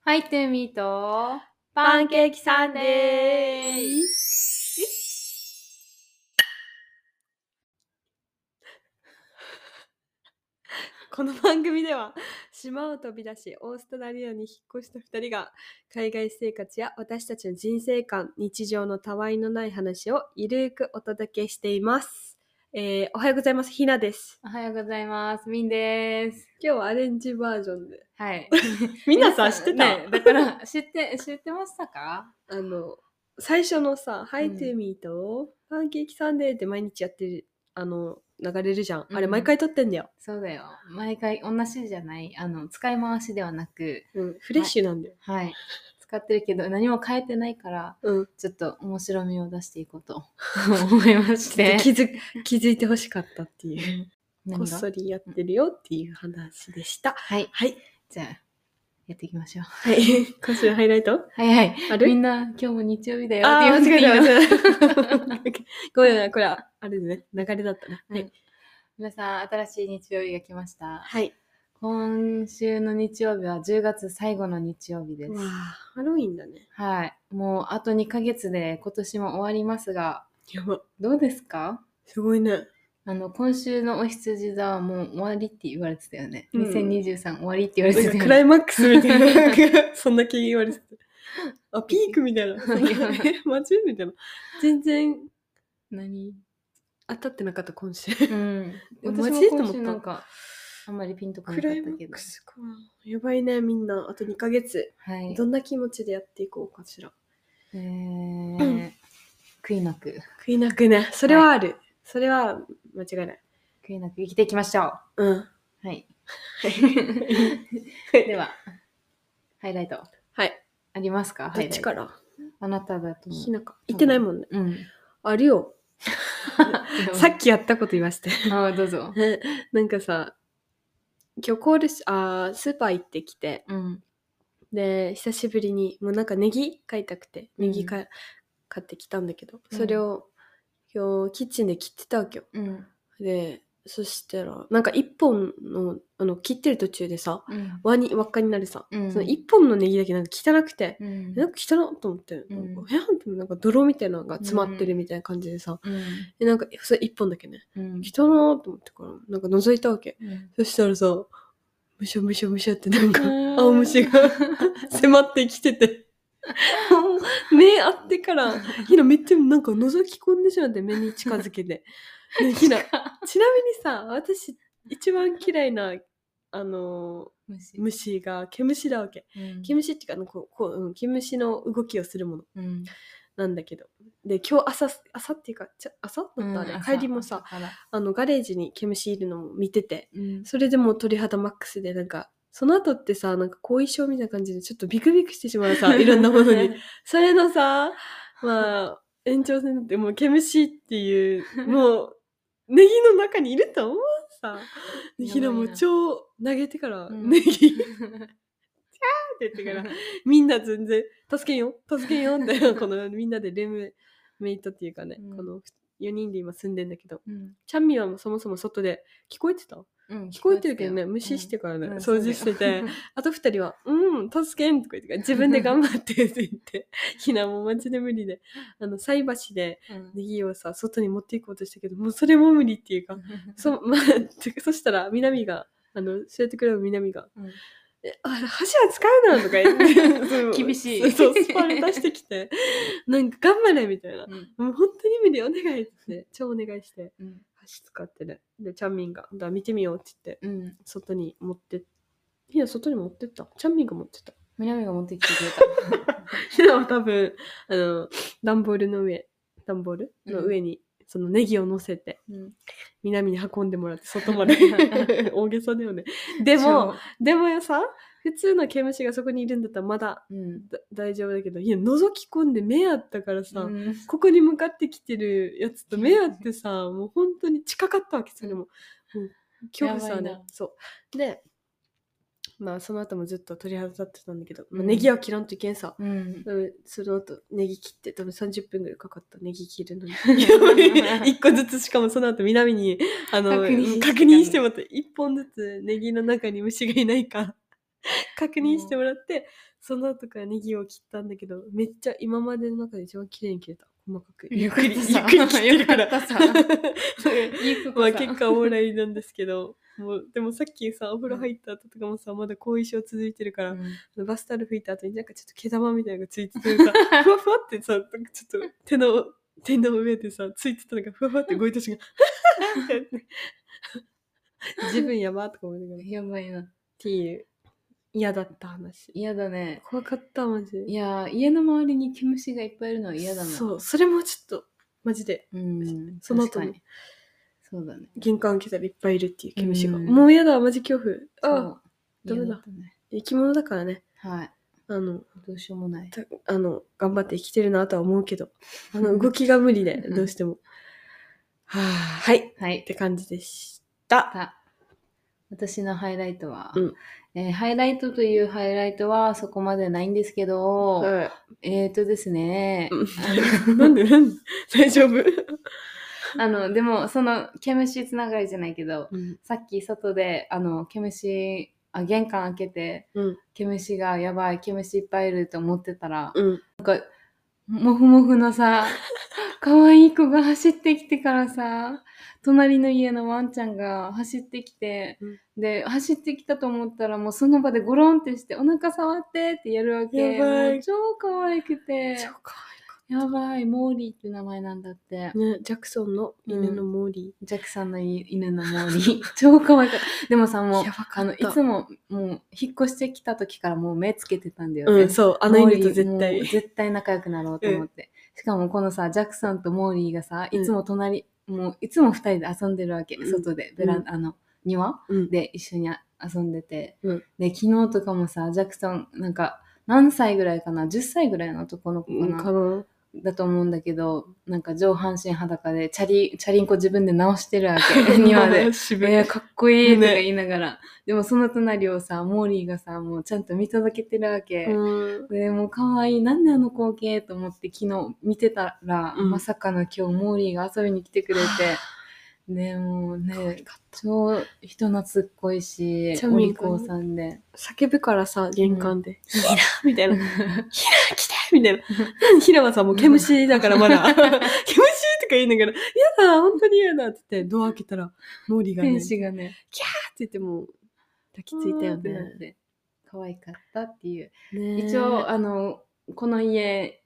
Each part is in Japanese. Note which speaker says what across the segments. Speaker 1: ハイトゥーミーと
Speaker 2: パンケーキサンデー この番組では島を飛び出しオーストラリアに引っ越した2人が海外生活や私たちの人生観日常のたわいのない話をゆるーくお届けしています、えーおはようございますひなです
Speaker 1: おはようございます。みんです。
Speaker 2: 今日はアレンジバージョンで
Speaker 1: はい。
Speaker 2: みんなさ知ってた、
Speaker 1: ね、だから、知って、知ってましたか
Speaker 2: あの最初のさ「ハ
Speaker 1: う
Speaker 2: イ
Speaker 1: ん
Speaker 2: トゥーミーとパンケーキサンデー」って毎日やってるあの流れるじゃん、
Speaker 1: うん
Speaker 2: あれ毎回撮ってんだよ、
Speaker 1: そうだよ。毎回同じじゃない。あの、使い回しではなく、
Speaker 2: うん、フレッシュなんだよ、
Speaker 1: はい。使ってるけど、何も変えてないから、
Speaker 2: うん
Speaker 1: ちょっと面白みを出していこうと 思いまして。
Speaker 2: 気づ気づいてほしかったっていうこっ
Speaker 1: 何が
Speaker 2: そりやってるよっていう話でした。
Speaker 1: はい。
Speaker 2: はい。
Speaker 1: じゃあ、やっていきましょう。
Speaker 2: はい。今週のハイライト
Speaker 1: はいはい。
Speaker 2: あ
Speaker 1: み
Speaker 2: る
Speaker 1: んな、今日も日曜日だよって
Speaker 2: あ
Speaker 1: 言
Speaker 2: ー、
Speaker 1: わ
Speaker 2: 間
Speaker 1: せ
Speaker 2: 違
Speaker 1: ていいの
Speaker 2: えた間 違えた。ごめんなさい。これは、あれね、流れだったな。
Speaker 1: うん 皆さん、新しい日曜日が来ました。
Speaker 2: はい。
Speaker 1: 今週の日曜日は10月最後の日曜日です
Speaker 2: わ。あ、ハロウィンだね。
Speaker 1: はい。もうあと2ヶ月で今年も終わりますが、
Speaker 2: やば。
Speaker 1: どうですか
Speaker 2: すごいね。
Speaker 1: あの、今週のお羊座はもう終わりって言われてたよね。
Speaker 2: うん
Speaker 1: 2023終わりって言われ
Speaker 2: な
Speaker 1: てた
Speaker 2: んか
Speaker 1: よ
Speaker 2: クラ
Speaker 1: ね。
Speaker 2: イマックスみたいななんか。そんな気言われてた。あ、ピークみたいな。
Speaker 1: いや
Speaker 2: えマジみたいな。全然
Speaker 1: 何
Speaker 2: 当たってなかった、今週。
Speaker 1: うん。
Speaker 2: 私
Speaker 1: 私
Speaker 2: も
Speaker 1: も
Speaker 2: 今
Speaker 1: 今
Speaker 2: 週
Speaker 1: 週
Speaker 2: な
Speaker 1: なんんか、あんまりピンとこな
Speaker 2: ク
Speaker 1: かっ
Speaker 2: ライマ
Speaker 1: たけ
Speaker 2: ッ
Speaker 1: ど
Speaker 2: ク。スか。やばいね、みんな。あと2ヶ月。
Speaker 1: はい。
Speaker 2: どんな気持ちでやっていこうかしら。
Speaker 1: え
Speaker 2: うん
Speaker 1: ー、悔いなく、
Speaker 2: 悔いなくね。それはある。それは間違いない。
Speaker 1: 悔いなく生きていきましょ
Speaker 2: うん。
Speaker 1: う。はい。
Speaker 2: い
Speaker 1: では、ハイライト
Speaker 2: はい。
Speaker 1: ありますかハ
Speaker 2: ど
Speaker 1: イ
Speaker 2: っ
Speaker 1: ライ
Speaker 2: ち
Speaker 1: ト
Speaker 2: から
Speaker 1: あなただと思
Speaker 2: ひ
Speaker 1: う。
Speaker 2: なか。言ってないもんね。
Speaker 1: うん。
Speaker 2: あるよ。 さっ
Speaker 1: き。
Speaker 2: きやったこと言いまして。
Speaker 1: ああ、どうぞ。
Speaker 2: なんかさ、今日コールし、あースーパー行ってきて、
Speaker 1: うん。
Speaker 2: で、久しぶりに、もうなんかネギ買いたくて、ネギか、買ってきたんだけど、それを今日キッチンで切ってたわけよ。
Speaker 1: うん。
Speaker 2: で、そしたら、なんか一本の、あの、切ってる途中でさ、
Speaker 1: うん。
Speaker 2: 輪に、輪っかになるさ、
Speaker 1: うん
Speaker 2: その一本のネギだけなんか汚くて、
Speaker 1: うん。
Speaker 2: なんか汚っと思って、
Speaker 1: う
Speaker 2: なんんか、えなんかなんか泥みたいなのが詰まってるみたいな感じでさ、
Speaker 1: うん。
Speaker 2: でなんか、それ一本だけね、
Speaker 1: うん。
Speaker 2: 汚っと思ってから、なんか覗いたわけ。そしたらさ、むしゃむしゃむしゃってなんか、
Speaker 1: うん
Speaker 2: 青虫が迫ってきてて。目あってから、ひなめっちゃなんか覗き込んでしまって、目に近づけて。でひな、 ちなみにさ、私、一番嫌いな、あの
Speaker 1: 虫。
Speaker 2: 虫が毛虫だわけ。
Speaker 1: うん
Speaker 2: 毛虫っていうか、こう、こう、うん、毛虫の動きをするもの。
Speaker 1: うん。
Speaker 2: なんだけど。で、今日朝、朝っていうか、ちゃ朝だったあれ、
Speaker 1: うん
Speaker 2: 帰りもさ、。
Speaker 1: 朝から
Speaker 2: あの、ガレージに毛虫いるのも見てて、
Speaker 1: うん。
Speaker 2: それでもう鳥肌マックスで、なんか、その後ってさ、なんか後遺症みたいな感じで、ちょっとビクビクしてしまう さ、いろんなものに。。それのさ、まあ、延長戦って、もう毛虫っていう、もう、ネギの中にいると思うさ。でひなも超投げてから、
Speaker 1: うん
Speaker 2: ネギって言って から、みんな全然、助けんよ、助けんよって、このみんなでルームメイトっていうかね、
Speaker 1: うん
Speaker 2: この4人で今住んでんだけど、
Speaker 1: うん。
Speaker 2: チャンミはもうそもそも外で聞こえてた
Speaker 1: うん
Speaker 2: 聞こえてるけどね、無視して。からね、
Speaker 1: うん
Speaker 2: 掃除してて、あと二人は、うん、助けんとか言ってから、自分で頑張ってって言 って、ひなもマジで無理で、あの、菜箸で
Speaker 1: うん
Speaker 2: ネギをさ、外に持っていこうとしたけど、もうそれも無理っていうか、そ、まあ、てかそしたら、南が、あの、教えてくれる南が、
Speaker 1: うん
Speaker 2: えあ、箸は使うなとか言 ってそう、
Speaker 1: 厳しい
Speaker 2: そう、スパルタしてきて、なんか頑張れみたいな。
Speaker 1: うん
Speaker 2: もう本当に無理お願いって言って、超お願いして、
Speaker 1: うん。
Speaker 2: 箸使ってね。で、チャンミンが、だから見てみようって言って、
Speaker 1: うん。
Speaker 2: 外に持ってひな外に持ってったチャンミンが持ってった
Speaker 1: 南が持ってきてくれ
Speaker 2: ひなは 多分あの段ボールの上段ボールの上に、そのネギを乗せて
Speaker 1: た。
Speaker 2: 南に運んでもらって外まで 大げさだよね
Speaker 1: で
Speaker 2: でも、でもよさ普通の毛虫がそこにいるんだったらまだ
Speaker 1: うん。
Speaker 2: だ大丈夫だけどいや覗き込んで目あったからさ、
Speaker 1: うん
Speaker 2: ここに向かってきてるやつと目合ってさもう本当に近かったわけそれももう恐怖さ
Speaker 1: やばい
Speaker 2: ね
Speaker 1: な
Speaker 2: そうでまあその後もずっと鳥肌立ってたんだけど、まあ
Speaker 1: うん
Speaker 2: ネギは切らんといけんさ、
Speaker 1: うん。
Speaker 2: うんその後ネギ切って多分30分ぐらいかかったネギ切る のに1個ずつしかもその後南にあの
Speaker 1: 確
Speaker 2: 確
Speaker 1: 認してたね
Speaker 2: 認してもらって1本ずつネギの中に虫がいないか確認してもらってその後からネギを切ったんだけど、めっちゃ今までの中で一番綺麗に切れた。細かく。
Speaker 1: よ
Speaker 2: ゆっ
Speaker 1: かっ
Speaker 2: くり、ゆ
Speaker 1: たさ
Speaker 2: っくり切ってるから。
Speaker 1: よかったさゆくこ
Speaker 2: ま
Speaker 1: さ
Speaker 2: あ
Speaker 1: ん
Speaker 2: 結果オーライなんですけど、もう、でもさっきさ、お風呂入った後とかもさ、まだ後遺症続いてるから、
Speaker 1: うん
Speaker 2: バスタオル拭いた後になんかちょっと毛玉みたいなのがついてて さ、ふわふわってさ、なんかちょっと手の、手の上でさ、ついてたのがふわふわって動いた瞬間、ってやって自分やばとか思いながら。っ
Speaker 1: やばいな。
Speaker 2: ていう、嫌だった話。
Speaker 1: 嫌だね。
Speaker 2: 怖かった、マジで。
Speaker 1: いやー、家の周りに毛虫がいっぱいいるのは嫌だな。
Speaker 2: そう、それもちょっと、マジで、
Speaker 1: うん。
Speaker 2: その
Speaker 1: 確
Speaker 2: 後
Speaker 1: か
Speaker 2: も
Speaker 1: に。そうだね。
Speaker 2: 玄関開けたらいっぱいいるっていう毛虫が。
Speaker 1: うん
Speaker 2: もう嫌だ、マジ恐怖。ああ、
Speaker 1: そう
Speaker 2: ダメだ
Speaker 1: 嫌ったね
Speaker 2: 生き物だからね。
Speaker 1: はい。
Speaker 2: あの、
Speaker 1: どうしようもない。
Speaker 2: たあの、頑張って生きてるなとは思うけど、あの、動きが無理で、
Speaker 1: うん
Speaker 2: どうしても。はあ、はい。
Speaker 1: は
Speaker 2: っ
Speaker 1: い。
Speaker 2: て感じでした。
Speaker 1: あ私のハイライトは、
Speaker 2: うん
Speaker 1: えーハイライトというハイライトはそこまでないんですけど、
Speaker 2: は
Speaker 1: えーとですね、
Speaker 2: い。なんでなんで大丈夫、
Speaker 1: あの、でも、その、毛虫つながりじゃないけど、さっき外で、あの、毛虫、あ、玄関開けて、
Speaker 2: うん
Speaker 1: 毛虫がやばい、毛虫いっぱいいると思ってたら、
Speaker 2: うん。
Speaker 1: もふもふのさ、 可愛い子が走ってきてからさ、隣の家のワンちゃんが走ってきて、で、走ってきたと思ったらもうその場でゴロンってして、お腹触ってってやるわけ。
Speaker 2: やばい
Speaker 1: もう超可愛くて。
Speaker 2: 超可
Speaker 1: やばい、モーリーって名前なんだって
Speaker 2: 愛。いね、ジャクソンの犬のモーリ
Speaker 1: ジャックさんの犬のモーリー。 超可愛かった。でもさ、
Speaker 2: ー。
Speaker 1: もう、
Speaker 2: ば
Speaker 1: あの、いつも、もう、引っ越してきた時からもう目つけてたんだよね。
Speaker 2: うん、そう。あの
Speaker 1: モーリ
Speaker 2: 犬
Speaker 1: ー
Speaker 2: と絶
Speaker 1: もう
Speaker 2: 対。
Speaker 1: 絶対仲良くなろうと思って。しかもこのさ、ジャクソンとモーリーがさ、いつも隣、もういつも二人で遊んでるわけ。
Speaker 2: うん
Speaker 1: 外で、ベラン、あの、庭
Speaker 2: うん
Speaker 1: で一緒にあ遊んでて、
Speaker 2: うん
Speaker 1: で、昨日とかもさ、ジャクソン、なんか、何歳ぐらいかな ?10 歳ぐらいの男の子か
Speaker 2: うん
Speaker 1: な、
Speaker 2: かな。
Speaker 1: だと思うんだけど、なんか上半身裸で、チャリ、チャリンコ自分で直してるわけ。 庭 で。
Speaker 2: 渋い
Speaker 1: えー、かっこいいとか
Speaker 2: ね
Speaker 1: 言いながら、でもその隣をさモーリーがさもうちゃんと見届けてるわけ、
Speaker 2: うん。
Speaker 1: でもう可愛いなんであの光景と思って昨日見てたら、
Speaker 2: うん
Speaker 1: まさかの今日モーリーが遊びに来てくれて でもう
Speaker 2: 可愛
Speaker 1: ね
Speaker 2: かった
Speaker 1: 超人懐っこいし
Speaker 2: ちゃ
Speaker 1: お
Speaker 2: み
Speaker 1: 利
Speaker 2: んこね
Speaker 1: 口さん で
Speaker 2: 叫ぶからさ、玄関で。ヒラみたいな。ヒラ来てみたいな。ヒラはさ、もう毛虫だからまだ。 毛虫とか言いながら、嫌だ、本当に嫌だって言って、ドア開けたら、モーリーがね、
Speaker 1: 天
Speaker 2: って
Speaker 1: 使がね
Speaker 2: 言ってもう、抱きついたよ
Speaker 1: うーんってなっ
Speaker 2: ね。
Speaker 1: て可愛かったっていう
Speaker 2: ね
Speaker 1: 一応、あのこの家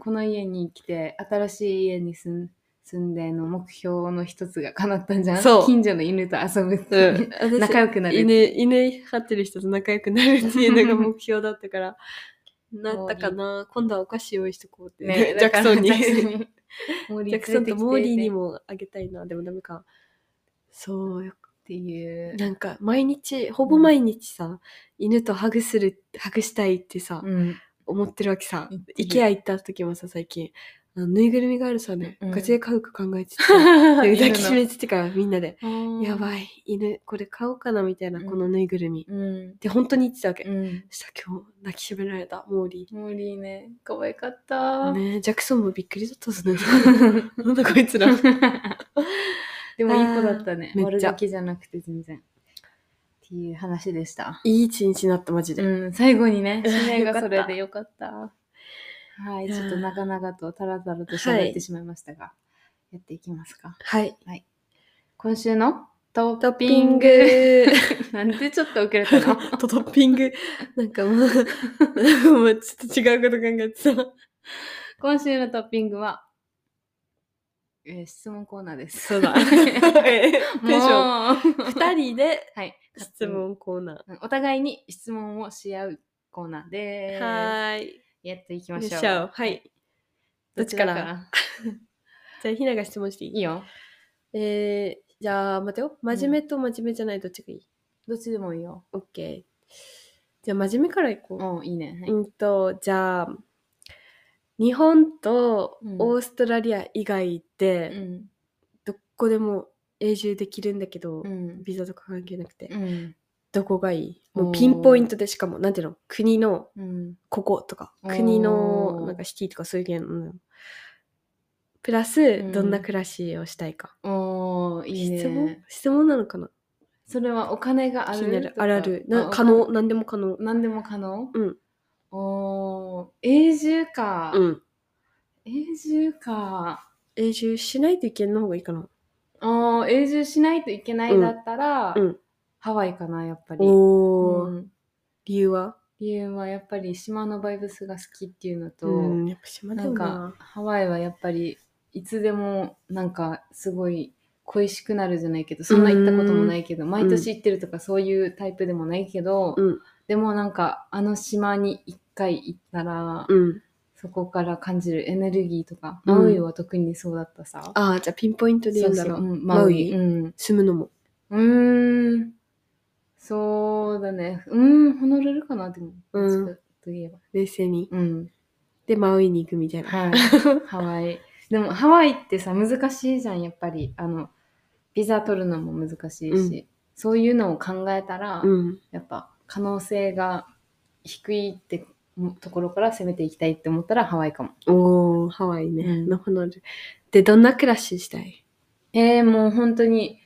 Speaker 1: この家に来て新しい家に住ん住んでの目標の一つが叶ったんじゃん
Speaker 2: そう
Speaker 1: 近所の犬と遊ぶって
Speaker 2: う
Speaker 1: い
Speaker 2: ん
Speaker 1: う、
Speaker 2: 私
Speaker 1: 仲良くなる
Speaker 2: 犬、犬飼ってる人と仲良くなるっていうのが目標だっ たから、なったかな今度はお菓子用意しとこうって。
Speaker 1: ね
Speaker 2: ジャクソンに。
Speaker 1: だからジャ
Speaker 2: ジ
Speaker 1: クソ ンモーリー
Speaker 2: ャクソンとモーリーに
Speaker 1: 連れてきてっ
Speaker 2: もあげたいな。でもダメか。そう、
Speaker 1: ていう、
Speaker 2: なんか毎日ほぼ毎日さ、犬とハグするハグしたいってさ、
Speaker 1: うん、
Speaker 2: 思ってるわけさ
Speaker 1: 言ってる
Speaker 2: IKEA 行った時もさ最近あのぬいぐるみがあるさね、
Speaker 1: うん
Speaker 2: ガチで買うか考えて てで
Speaker 1: 抱
Speaker 2: 抱きしめててからみんなで「やば
Speaker 1: い、
Speaker 2: い犬これ買おうかな」みたいな
Speaker 1: うん
Speaker 2: このぬいぐるみ、っ
Speaker 1: うん
Speaker 2: て本当に言ってたわけ、
Speaker 1: うん、
Speaker 2: そしたら今日抱きしめられたモーリ
Speaker 1: モーリーね可愛かっ
Speaker 2: ー
Speaker 1: た、
Speaker 2: ねえジャクソンもびっくりだ ったっすねなんだこいつ ら
Speaker 1: でもいい子だったね
Speaker 2: あーめっちゃ
Speaker 1: 悪ガキじゃなくて全然っていう話でした
Speaker 2: いい一日になったマジで、
Speaker 1: うん、最後にね、
Speaker 2: うん
Speaker 1: 指名がそれで
Speaker 2: よ
Speaker 1: よかった。はい、
Speaker 2: いや
Speaker 1: ち
Speaker 2: ー
Speaker 1: ょっと長々とタラタラと喋ってしまいましたが、やっていきますか。
Speaker 2: はい
Speaker 1: 今週のト
Speaker 2: ト
Speaker 1: ッ
Speaker 2: ッ
Speaker 1: ピ
Speaker 2: ピ
Speaker 1: ン
Speaker 2: ン
Speaker 1: グ。
Speaker 2: グ
Speaker 1: なんでちょっと遅れた の
Speaker 2: と トッピング、なんかもう、もうちょっと違うこと考えてた。
Speaker 1: 今週のトッピングは、えー質問コーナーです。
Speaker 2: そう だ。
Speaker 1: もう
Speaker 2: テンション。
Speaker 1: は
Speaker 2: 二人で
Speaker 1: い。
Speaker 2: 質問コーナ
Speaker 1: お互いに質問をし合うコーナーで
Speaker 2: ー。
Speaker 1: す。
Speaker 2: はーい。
Speaker 1: やっていき
Speaker 2: よ
Speaker 1: ま
Speaker 2: っ
Speaker 1: しょう。
Speaker 2: しゃお。はい。どっちからじゃあ、ひなが質問してい
Speaker 1: い
Speaker 2: い
Speaker 1: いよ。
Speaker 2: えー、じゃあ、待てよ。真面目と真面目じゃないどっちがいい
Speaker 1: どっちでもいいよ。
Speaker 2: オッケー。じゃあ、真面目からいこう。
Speaker 1: おういいね。はい
Speaker 2: うんと、じゃあ、日本と
Speaker 1: うん
Speaker 2: オーストラリア以外で、
Speaker 1: うん。
Speaker 2: どこでも永住できるんだけど、
Speaker 1: うん。
Speaker 2: ビザとか関係なくて、
Speaker 1: うん
Speaker 2: どこがいいも
Speaker 1: お
Speaker 2: う
Speaker 1: ー
Speaker 2: ピンポイントでしかもなんていうの国の
Speaker 1: うん、
Speaker 2: こことか
Speaker 1: おー
Speaker 2: 国のなんかシティとかそういう系のうんプラス、
Speaker 1: ん
Speaker 2: どんな暮らしをしたいか
Speaker 1: おーいい
Speaker 2: 質問
Speaker 1: ね。
Speaker 2: 質問なのかな
Speaker 1: それはお金があ
Speaker 2: 気
Speaker 1: る
Speaker 2: になる
Speaker 1: とか
Speaker 2: あるある
Speaker 1: あ
Speaker 2: な可能何でも可能
Speaker 1: 何でも可能
Speaker 2: うん
Speaker 1: おか。
Speaker 2: うん。
Speaker 1: 永住か。
Speaker 2: 永住しないといけんの方がいいかな。
Speaker 1: あー永住しないといけないだったら、
Speaker 2: うんうん
Speaker 1: ハワイかな、やっぱり。
Speaker 2: おー、
Speaker 1: うん
Speaker 2: 理由は
Speaker 1: 理由はやっぱり島のバイブスが好きっていうのと、
Speaker 2: うん、やっぱ島だ
Speaker 1: な
Speaker 2: よ
Speaker 1: んか
Speaker 2: な。
Speaker 1: ハワイはやっぱりいつでもなんかすごい恋しくなるじゃないけどそんな行ったこともないけど毎年行ってるとかそういうタイプでもないけど、
Speaker 2: うん
Speaker 1: でもなんかあの島に一回行ったら、
Speaker 2: うん。
Speaker 1: そこから感じるエネルギーとか、
Speaker 2: うん
Speaker 1: マウイは特にそうだったさ。
Speaker 2: ああ、じゃあピンポイントで言うんだろう。
Speaker 1: そうそううん
Speaker 2: マ
Speaker 1: マ
Speaker 2: ウ
Speaker 1: ウ
Speaker 2: イ
Speaker 1: イうん
Speaker 2: 住むのも。
Speaker 1: うーんそうだねうーんホノルルかなでも、
Speaker 2: うん
Speaker 1: どっちかといえば
Speaker 2: 冷静に。
Speaker 1: うん
Speaker 2: で、マウイに行くみたいな。
Speaker 1: はいハワイ。でもハワイってさ難しいじゃんやっぱりあのビザ取るのも難しいし、
Speaker 2: うん
Speaker 1: そういうのを考えたら、
Speaker 2: うん。
Speaker 1: やっぱ可能性が低いってところから攻めていきたいって思ったらハワイかも。
Speaker 2: おー、ハワイね。
Speaker 1: うん
Speaker 2: のホノルル。で、どんな暮らししたい
Speaker 1: えー、もう本当に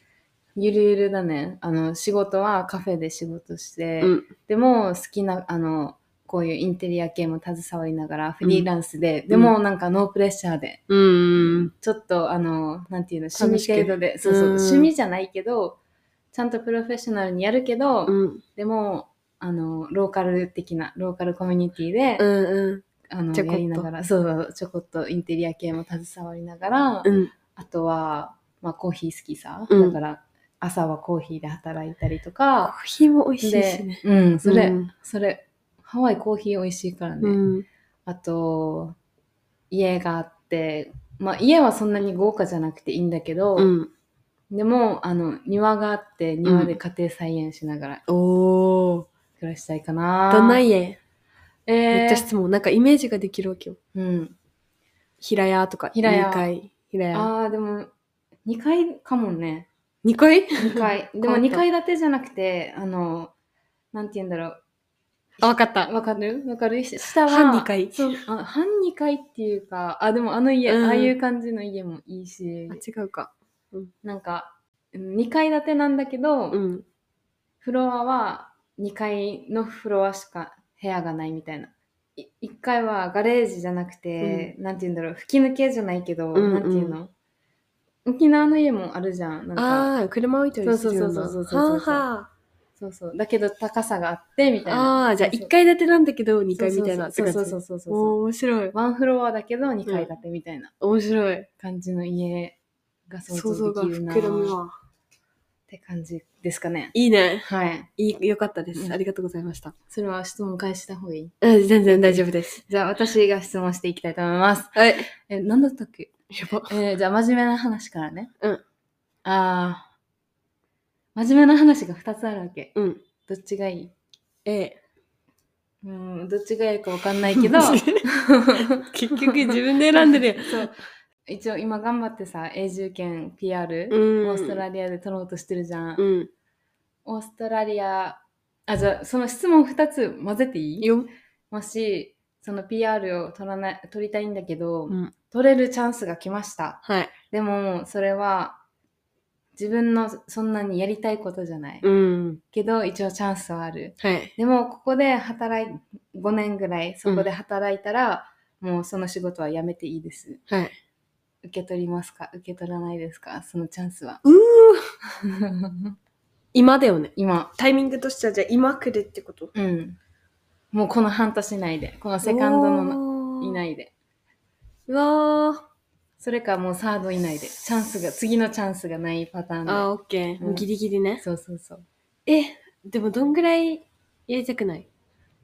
Speaker 1: ゆるゆるだねあの仕事はカフェで仕事して、
Speaker 2: うん
Speaker 1: でも好きなあのこういうインテリア系も携わりながらフリーランスで、でもなんかノープレッシャーで
Speaker 2: うーん。
Speaker 1: ちょっとあの、なんていうの、趣
Speaker 2: 楽し
Speaker 1: 味
Speaker 2: く
Speaker 1: 程度で、そうそう、
Speaker 2: うん
Speaker 1: 趣味じゃないけど、ちゃんとプロフェッショナルにやるけど、
Speaker 2: うん。
Speaker 1: でも、あの、ローカル的な、ローカルコミュニティで、
Speaker 2: うんうん。
Speaker 1: あの、
Speaker 2: ちょこっ
Speaker 1: や
Speaker 2: と
Speaker 1: りながら、そうそう、ちょこっとインテリア系も携わりながら、
Speaker 2: うん。
Speaker 1: あとは、まあ、コーヒー好きさ、
Speaker 2: うん
Speaker 1: だから、朝はコーヒーで働いたりと
Speaker 2: コ
Speaker 1: か、
Speaker 2: ーヒーも美味しいし
Speaker 1: で
Speaker 2: ね。、
Speaker 1: うん、それ、
Speaker 2: うん
Speaker 1: それ、ハワイコーヒー美味しいからね。
Speaker 2: うん。
Speaker 1: あと、家があって、まあ、家はそんなに豪華じゃなくていいんだけど、
Speaker 2: うん。
Speaker 1: でも、あの、庭があって、庭で家庭菜園しながら
Speaker 2: おー。
Speaker 1: 暮らしたいかな。
Speaker 2: どんな家
Speaker 1: えー、
Speaker 2: めっちゃ質問。なんかイメージができるわけよ。
Speaker 1: うん。
Speaker 2: 平屋とか。
Speaker 1: 平屋
Speaker 2: 2階。平屋。
Speaker 1: ああ、でも、2階かもね。
Speaker 2: 2階
Speaker 1: 2階。で
Speaker 2: 変わ
Speaker 1: も
Speaker 2: った
Speaker 1: 2階建てじゃなくて、あの、なんて言うんだろ
Speaker 2: あ、わかった
Speaker 1: う。。わかるわかる下は。
Speaker 2: 半2階。
Speaker 1: そう、あ半2階っていうか、あ、でもあの家、
Speaker 2: うん
Speaker 1: ああいう感じの家もいいし
Speaker 2: あ、、違うか。
Speaker 1: なんか、2階建てなんだけど、
Speaker 2: うん。
Speaker 1: フロアは2階のフロアしか部屋がないみたいな。い1階はガレージじゃなくて、なんて言うんだろう、吹き抜けじゃないけど、
Speaker 2: うんうん
Speaker 1: なんて言うの沖縄の家もあるじゃん。なんか
Speaker 2: ああ、車置いてる
Speaker 1: そうそうそうそうそうそ
Speaker 2: は
Speaker 1: うそう
Speaker 2: あは
Speaker 1: そうそう。だけど高さがあって、みたいな。
Speaker 2: あ。ああ、じゃあ
Speaker 1: そうそう
Speaker 2: 1階建てなんだけど2階みたいなって
Speaker 1: そ
Speaker 2: 感
Speaker 1: う
Speaker 2: じ。
Speaker 1: そうそうそうそうそう。
Speaker 2: おー面白い。
Speaker 1: ワンフロアだけど2階建てみたいな
Speaker 2: 面白い。
Speaker 1: 感じの家が想
Speaker 2: 想
Speaker 1: 像
Speaker 2: 像が
Speaker 1: できるな
Speaker 2: 膨らむ
Speaker 1: っ
Speaker 2: わ。
Speaker 1: て感じですかね。
Speaker 2: いいね。
Speaker 1: はい。
Speaker 2: いい、よかったです。
Speaker 1: うん
Speaker 2: ありがとうございました。
Speaker 1: それは質問返した方がいい
Speaker 2: うん、全然大丈夫です。
Speaker 1: じゃあ私が質問していきたいと思います。
Speaker 2: はい。
Speaker 1: え、何だったっけ
Speaker 2: やば。
Speaker 1: えーじゃあ真面目な話からね。
Speaker 2: うん。
Speaker 1: ああ。真面目な話が2つあるわけ。
Speaker 2: うん。
Speaker 1: どっちがいい
Speaker 2: え
Speaker 1: うん、どっちがいいか分かんない
Speaker 2: え。
Speaker 1: けど。
Speaker 2: 結局自分で選んでるやん。
Speaker 1: そう。一応今頑張ってさ、永住権 PR、
Speaker 2: うん。
Speaker 1: オーストラリアで取ろうとしてるじゃん。
Speaker 2: うん。
Speaker 1: オーストラリア、あ、じゃあその質問2つ混ぜていい
Speaker 2: よ。
Speaker 1: もし、その PR を取らない、取りたいんだけど、
Speaker 2: うん
Speaker 1: 取れるチャンスが来ました。
Speaker 2: はい。
Speaker 1: でもそれは自分のそんなにやりたいことじゃない、
Speaker 2: うん。
Speaker 1: けど一応チャンスはある
Speaker 2: はい。
Speaker 1: でもここで働い5年ぐらいそこで働いたら、もうその仕事は辞めていいです
Speaker 2: はい。
Speaker 1: 受け取りますか受け取らないですかそのチャンスは
Speaker 2: うー今だよね。
Speaker 1: 今
Speaker 2: タイミングとしてはじゃあ今来るってこと
Speaker 1: うんもうこの半年内でこのセカンドの
Speaker 2: の
Speaker 1: 以
Speaker 2: い。
Speaker 1: 内で
Speaker 2: うわー。
Speaker 1: それかもうサード以内でチャンスが次のチャンスがないパターンで
Speaker 2: あー、オッケー。もうギリギリね。
Speaker 1: そうそうそう
Speaker 2: え、でもどんぐらいやりたくない、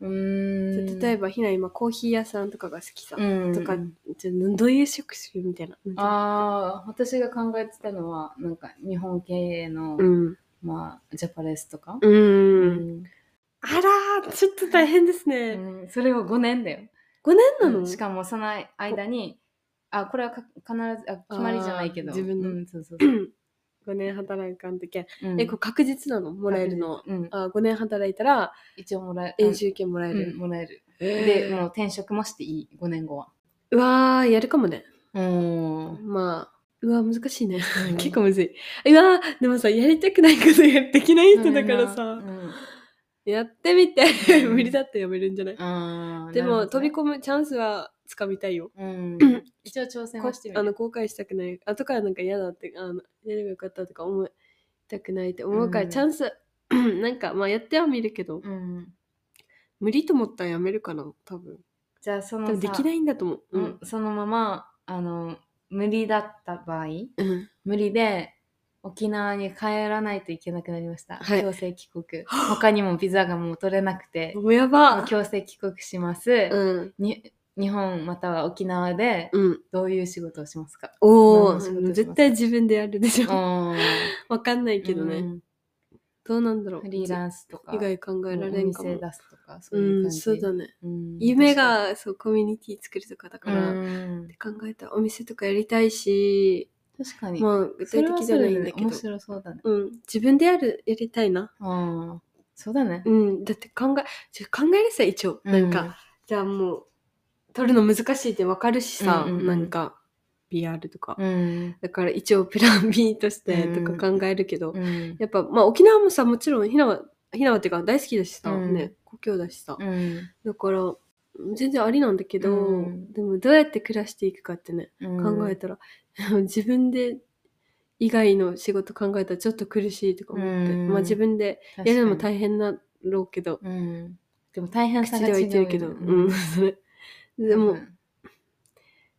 Speaker 1: うーん
Speaker 2: 例えばひな今コーヒー屋さんとかが好きさ、
Speaker 1: うん
Speaker 2: とかじゃあどういう職種みたいな。
Speaker 1: ああ、私が考えてたのは、なんか日本経営の、
Speaker 2: うん。
Speaker 1: まあ、ジャパレスとか。
Speaker 2: う。
Speaker 1: うんん
Speaker 2: あらー、ちょっと大変です
Speaker 1: う
Speaker 2: ね。
Speaker 1: んそれを5年だよ。
Speaker 2: 五5年なの、
Speaker 1: しかもその間に、あ、これはか必ずあ、決まりじゃないけど。
Speaker 2: あー自分の
Speaker 1: うん、そうそうそう。
Speaker 2: ?5 年働かんとけ、
Speaker 1: うん
Speaker 2: え、これ確実なのもらえるの。
Speaker 1: うん、
Speaker 2: あ5年働いたら
Speaker 1: 一応もらえ
Speaker 2: 永住権もらえ
Speaker 1: う
Speaker 2: る。
Speaker 1: んもらえる。
Speaker 2: え
Speaker 1: で、
Speaker 2: ー
Speaker 1: もう転職もしていい、5年後は。
Speaker 2: うわー、やるかもね。
Speaker 1: うん。
Speaker 2: まあ。うわー、難しいね。
Speaker 1: うん
Speaker 2: 結構むずい。うわー、でもさ、やりたくないことやできない人だからさ。
Speaker 1: うん
Speaker 2: やってみて
Speaker 1: うん
Speaker 2: 無理だったらやめるんじゃない、
Speaker 1: あー
Speaker 2: で
Speaker 1: な
Speaker 2: も
Speaker 1: るほど
Speaker 2: 飛
Speaker 1: ね
Speaker 2: び込むチャンスは掴みたいよ。
Speaker 1: うん。 一応挑戦
Speaker 2: こ
Speaker 1: はしてみ
Speaker 2: あの
Speaker 1: る。
Speaker 2: 後悔したくない後からなんか嫌だってあのやればよかったとか思いたくないって思うから、
Speaker 1: うん
Speaker 2: チャンス なんかまあやってはみるけど、
Speaker 1: うん。
Speaker 2: 無理と思ったらやめるかな多分
Speaker 1: じゃあそ
Speaker 2: 多
Speaker 1: の、
Speaker 2: 分できないいんだと思うう
Speaker 1: うんん、そのままあの無理だった場合
Speaker 2: うん
Speaker 1: 無理で沖縄に帰らないといけなくなりました、
Speaker 2: はい
Speaker 1: 強制帰国他にもビザがもう取れなくて
Speaker 2: もうや
Speaker 1: もう
Speaker 2: ば
Speaker 1: 強制帰国します、
Speaker 2: うん
Speaker 1: に日本または沖縄で
Speaker 2: うん
Speaker 1: どういう仕事をし ますか、
Speaker 2: おお
Speaker 1: 何の仕事します
Speaker 2: 絶対自分でやるでしょ
Speaker 1: あー
Speaker 2: わかんないけどね、
Speaker 1: うん
Speaker 2: どうなんだろう
Speaker 1: フリーランスとか
Speaker 2: 以外考えられんか
Speaker 1: お店
Speaker 2: も
Speaker 1: 出すとかそう
Speaker 2: う
Speaker 1: いう感
Speaker 2: ん
Speaker 1: じ、
Speaker 2: そうだね
Speaker 1: うん
Speaker 2: 夢がそうコミュニティ作るとかだ
Speaker 1: う
Speaker 2: から、っ
Speaker 1: ん
Speaker 2: て考えたらお店とかやりたいし
Speaker 1: 確かに、
Speaker 2: まあ具
Speaker 1: そ
Speaker 2: 体
Speaker 1: れは
Speaker 2: 的
Speaker 1: そ
Speaker 2: ではな
Speaker 1: れ
Speaker 2: い
Speaker 1: で
Speaker 2: んだけど
Speaker 1: 面白そうだね
Speaker 2: うん、自分でやるやりたいな。
Speaker 1: ああそうだね
Speaker 2: うん、だって考え、ちょ考えるさ、一応。なんか、じゃあもう、取るの難しいってわかるしさ、
Speaker 1: うんうんうん
Speaker 2: なんか、PR とか。
Speaker 1: うん、
Speaker 2: だから一応プラン B としてとか考えるけど、
Speaker 1: うん
Speaker 2: やっぱ、まあ沖縄もさ、もちろんひなわ、ひなわっていうか大好きだしさ、
Speaker 1: うん
Speaker 2: ね、故郷だしさ。
Speaker 1: うん
Speaker 2: だから、全然ありなんだけど、
Speaker 1: うん
Speaker 2: でもどうやって暮らしていくかってね、考えたら、 自分で以外の仕事考えたらちょっと苦しいとか思って、
Speaker 1: うん
Speaker 2: まあ自分で
Speaker 1: 確かに
Speaker 2: やるのも大変だろうけど、
Speaker 1: うん、でも大変さ
Speaker 2: 口
Speaker 1: が
Speaker 2: では
Speaker 1: 違
Speaker 2: 言
Speaker 1: う
Speaker 2: ってるけど、うん、それ。 でも、
Speaker 1: う
Speaker 2: っ
Speaker 1: ん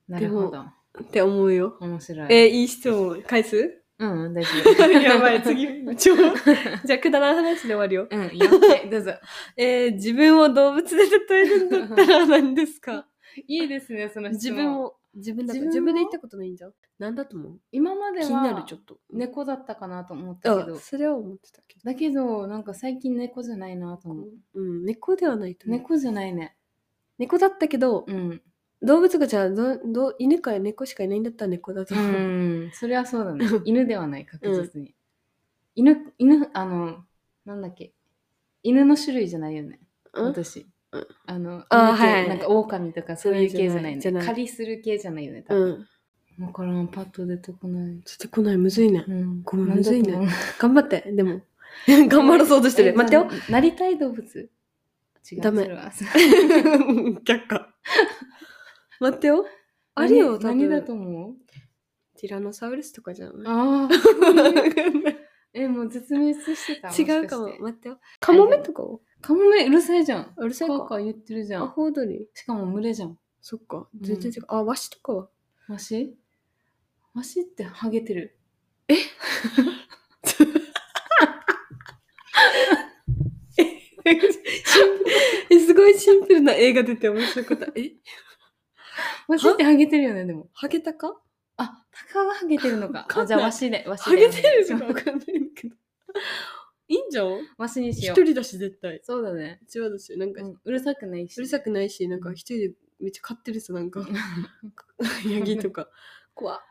Speaker 1: なるほど
Speaker 2: て思うよ。
Speaker 1: 面白い
Speaker 2: えー、いい質問、返す
Speaker 1: うんうん大丈 夫
Speaker 2: やばい、次、超。 じゃあ、くだらん話で終わるよ。
Speaker 1: うんいいよはいどうぞ
Speaker 2: えー、自分を動物で例えるんだったら何です か
Speaker 1: いいですねその質
Speaker 2: 自
Speaker 1: 問
Speaker 2: 分を、自分だから
Speaker 1: 自
Speaker 2: 自
Speaker 1: 分を
Speaker 2: 分で言ったことないんじゃんなんだと思う
Speaker 1: 今までは
Speaker 2: 気になる、ちょっと。
Speaker 1: 猫だったかなと思ったけ
Speaker 2: あ
Speaker 1: ど、
Speaker 2: それは思ってたけど。
Speaker 1: だけどなんか最近猫じゃないなと思う
Speaker 2: うん、猫ではないと思う。
Speaker 1: 猫じゃないね
Speaker 2: 猫だったけど、
Speaker 1: うん
Speaker 2: 動物がじゃあどど犬か猫しかいないんだったら猫だと
Speaker 1: う
Speaker 2: 思う、
Speaker 1: んそれはそうだね犬ではない確実に、犬犬あのなんだっけ犬の種類じゃないよね
Speaker 2: うん
Speaker 1: 私、
Speaker 2: うん
Speaker 1: あの
Speaker 2: あー
Speaker 1: 犬系
Speaker 2: はい
Speaker 1: なんか狼とかそういう系じゃない
Speaker 2: じゃな
Speaker 1: ね
Speaker 2: い
Speaker 1: 狩りする系じゃないよね多
Speaker 2: う
Speaker 1: 分、
Speaker 2: ん
Speaker 1: だからんパッと出てこない、
Speaker 2: ちょっと来ないむずいね
Speaker 1: うん
Speaker 2: ごめんむずいね
Speaker 1: なんだと思
Speaker 2: 頑張ってでも 頑張ろうそうと
Speaker 1: う
Speaker 2: してる待ってよ
Speaker 1: えなりたい動物違う
Speaker 2: ダメ
Speaker 1: それは
Speaker 2: 却下待ってよ あるよ多
Speaker 1: 何何
Speaker 2: 分
Speaker 1: だと思う
Speaker 2: ティラノサウルスとかじゃない
Speaker 1: ああ えもう絶滅してた
Speaker 2: 違うかも
Speaker 1: しし
Speaker 2: 待ってよカモメとかは
Speaker 1: てカモメうるさいじゃん
Speaker 2: うるさい
Speaker 1: カーカ
Speaker 2: か
Speaker 1: ー言ってるじゃ
Speaker 2: ア
Speaker 1: ん
Speaker 2: ホウドリ
Speaker 1: しかも群れじゃん
Speaker 2: そっか全然違う、あワシとかは
Speaker 1: わしわしってハゲてる
Speaker 2: えすごいシンプルな映画出て面白かったえ
Speaker 1: わしってハゲてるよねでも
Speaker 2: ハゲタカ
Speaker 1: あ、タカはハゲてるのか。
Speaker 2: かんない
Speaker 1: あじゃあ、わしで。わし
Speaker 2: ハ
Speaker 1: で
Speaker 2: ゲ
Speaker 1: お願い
Speaker 2: て
Speaker 1: し
Speaker 2: る
Speaker 1: ます。
Speaker 2: とかわかんないけどいいんじゃん
Speaker 1: わしにし
Speaker 2: 一
Speaker 1: よう。
Speaker 2: 人だし絶対
Speaker 1: そうだね、
Speaker 2: 一話だしなんか、
Speaker 1: う。
Speaker 2: うん
Speaker 1: うるさくないし。
Speaker 2: るさくないしなんか一人でめっちゃ飼ってるさなん かヤギとか 怖っ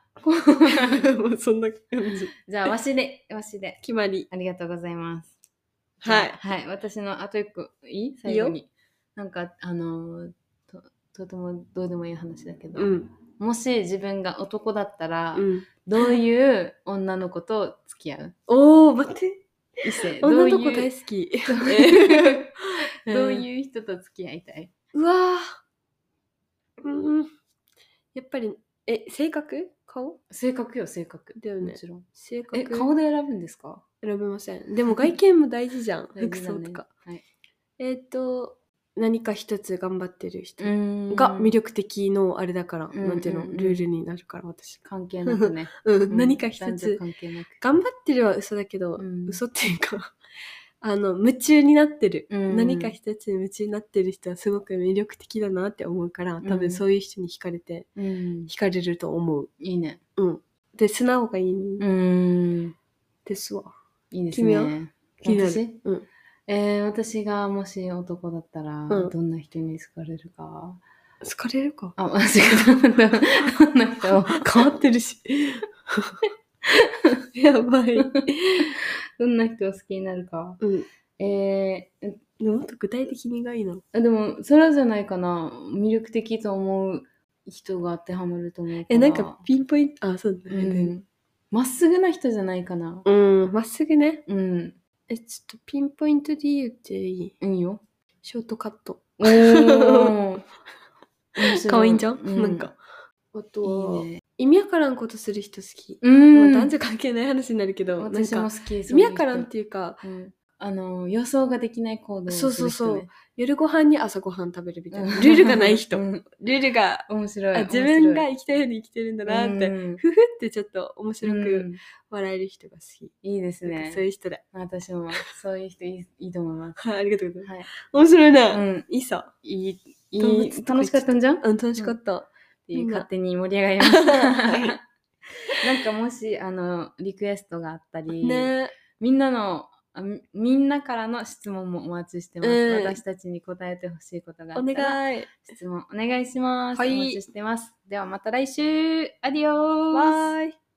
Speaker 2: もうそんな感じ
Speaker 1: じゃあ、わしで。わしで。
Speaker 2: 決まり
Speaker 1: ありがとうございます。
Speaker 2: は
Speaker 1: じゃ
Speaker 2: い
Speaker 1: あはい。私のあと一個、いい
Speaker 2: い
Speaker 1: 最
Speaker 2: よ
Speaker 1: 後に。なんか、あのーと、とてもどうでもいい話だけど、
Speaker 2: うん
Speaker 1: もし自分が男だったら、
Speaker 2: うん
Speaker 1: どういう女の子と付き合う
Speaker 2: おー待って
Speaker 1: 異性。ど
Speaker 2: 女
Speaker 1: う
Speaker 2: の子
Speaker 1: い
Speaker 2: 大
Speaker 1: う、
Speaker 2: 好き
Speaker 1: どういう
Speaker 2: えー
Speaker 1: どういう人と付き合い たい、
Speaker 2: うわーうんやっぱりえ性格顔
Speaker 1: 性格よ、性格。
Speaker 2: だよね
Speaker 1: もちろん。
Speaker 2: 性格
Speaker 1: え、顔で選ぶんですか
Speaker 2: 選べませんでも外見も大事じ ゃん
Speaker 1: 大
Speaker 2: 服
Speaker 1: 事だね
Speaker 2: 装とか、
Speaker 1: はい
Speaker 2: えっ、と何か一つ頑張ってる人が
Speaker 1: が
Speaker 2: 魅力的のあれだから、
Speaker 1: ん
Speaker 2: なんていうの
Speaker 1: うん
Speaker 2: ルールになるから私、
Speaker 1: 関係なくね。
Speaker 2: うん
Speaker 1: うん
Speaker 2: 何か一
Speaker 1: 男女
Speaker 2: つ
Speaker 1: 関係なく。
Speaker 2: 頑張ってるは嘘だけど、
Speaker 1: うん
Speaker 2: 嘘っていうか あの夢中になってる、
Speaker 1: うん
Speaker 2: 何か一つに夢中になってる人はすごく魅力的だなって思うから多
Speaker 1: う
Speaker 2: 分
Speaker 1: ん
Speaker 2: そういう人に惹かれて
Speaker 1: うん。
Speaker 2: 惹かれると思う
Speaker 1: いいね。
Speaker 2: で素直がいいん
Speaker 1: うん。
Speaker 2: ですわ、
Speaker 1: いいです
Speaker 2: 君は
Speaker 1: ね。
Speaker 2: 気になる
Speaker 1: 私、
Speaker 2: うん、
Speaker 1: えー、私がもし男だったら、
Speaker 2: うん
Speaker 1: どんな人に好かれるか。
Speaker 2: 好かれるか
Speaker 1: あ、間違えた。どんな 人を、
Speaker 2: 変わって るし。やばい。
Speaker 1: どんな人を好きになるか。
Speaker 2: うん。
Speaker 1: えー、
Speaker 2: でももっと具体的にがいいな。
Speaker 1: あでも、それじゃないかな。魅力的と思う人が当てはまると思うから。
Speaker 2: え、なんか、ピンポイント、あ、そうだ
Speaker 1: う
Speaker 2: ね。
Speaker 1: ん。まっすぐな人じゃないかな。
Speaker 2: うん、まっすぐね。
Speaker 1: うん。
Speaker 2: え、ちょっとピンポイントで言っていい
Speaker 1: いいよ。
Speaker 2: ショートカット。
Speaker 1: おー面白い。
Speaker 2: 可愛いんじゃん、
Speaker 1: う
Speaker 2: なんか。。あとは、
Speaker 1: いいね。
Speaker 2: 意味わからんことする人好き。
Speaker 1: う。
Speaker 2: もうん男女関係ない話になるけど、なん
Speaker 1: 私も
Speaker 2: か、
Speaker 1: 好き。
Speaker 2: 意味わから
Speaker 1: い
Speaker 2: んっ
Speaker 1: う
Speaker 2: ていうか、
Speaker 1: 人。うんあの、予想ができない行動をす
Speaker 2: そう
Speaker 1: る人ね。
Speaker 2: そうそう夜ご飯に朝ご飯食べるみたいな。
Speaker 1: うん
Speaker 2: ルールがない人。
Speaker 1: うん
Speaker 2: ルールが、
Speaker 1: 面白い。
Speaker 2: あ自分が
Speaker 1: 面
Speaker 2: 生きたいように生きてるんだな
Speaker 1: 白い
Speaker 2: って、
Speaker 1: うん
Speaker 2: ふふってちょっと面白
Speaker 1: う
Speaker 2: く
Speaker 1: ん
Speaker 2: 笑える人が好き。
Speaker 1: いいです
Speaker 2: なんかそう
Speaker 1: ね。
Speaker 2: いう人だ。
Speaker 1: 私も、そういう人いいいいと思います。
Speaker 2: はい、ありがとうございます。
Speaker 1: はい。
Speaker 2: 面白いな。
Speaker 1: うん。
Speaker 2: いいさ。
Speaker 1: いい、
Speaker 2: 動
Speaker 1: い
Speaker 2: 物と
Speaker 1: い、
Speaker 2: か
Speaker 1: 楽しかったんじゃん
Speaker 2: うん、楽しかった。
Speaker 1: っていう
Speaker 2: みんな
Speaker 1: 勝手に盛り上がりました
Speaker 2: はい
Speaker 1: なんかもしあのリクエストがあったり、
Speaker 2: ね
Speaker 1: みんなのあみみんなからの質問もお待ちしてます、
Speaker 2: うん
Speaker 1: 私たちに答えてほしいことがあ
Speaker 2: お
Speaker 1: ったら
Speaker 2: 願い。
Speaker 1: 質問お願いします、
Speaker 2: はい
Speaker 1: お待ちしてますではまた来週アディオース
Speaker 2: バイ。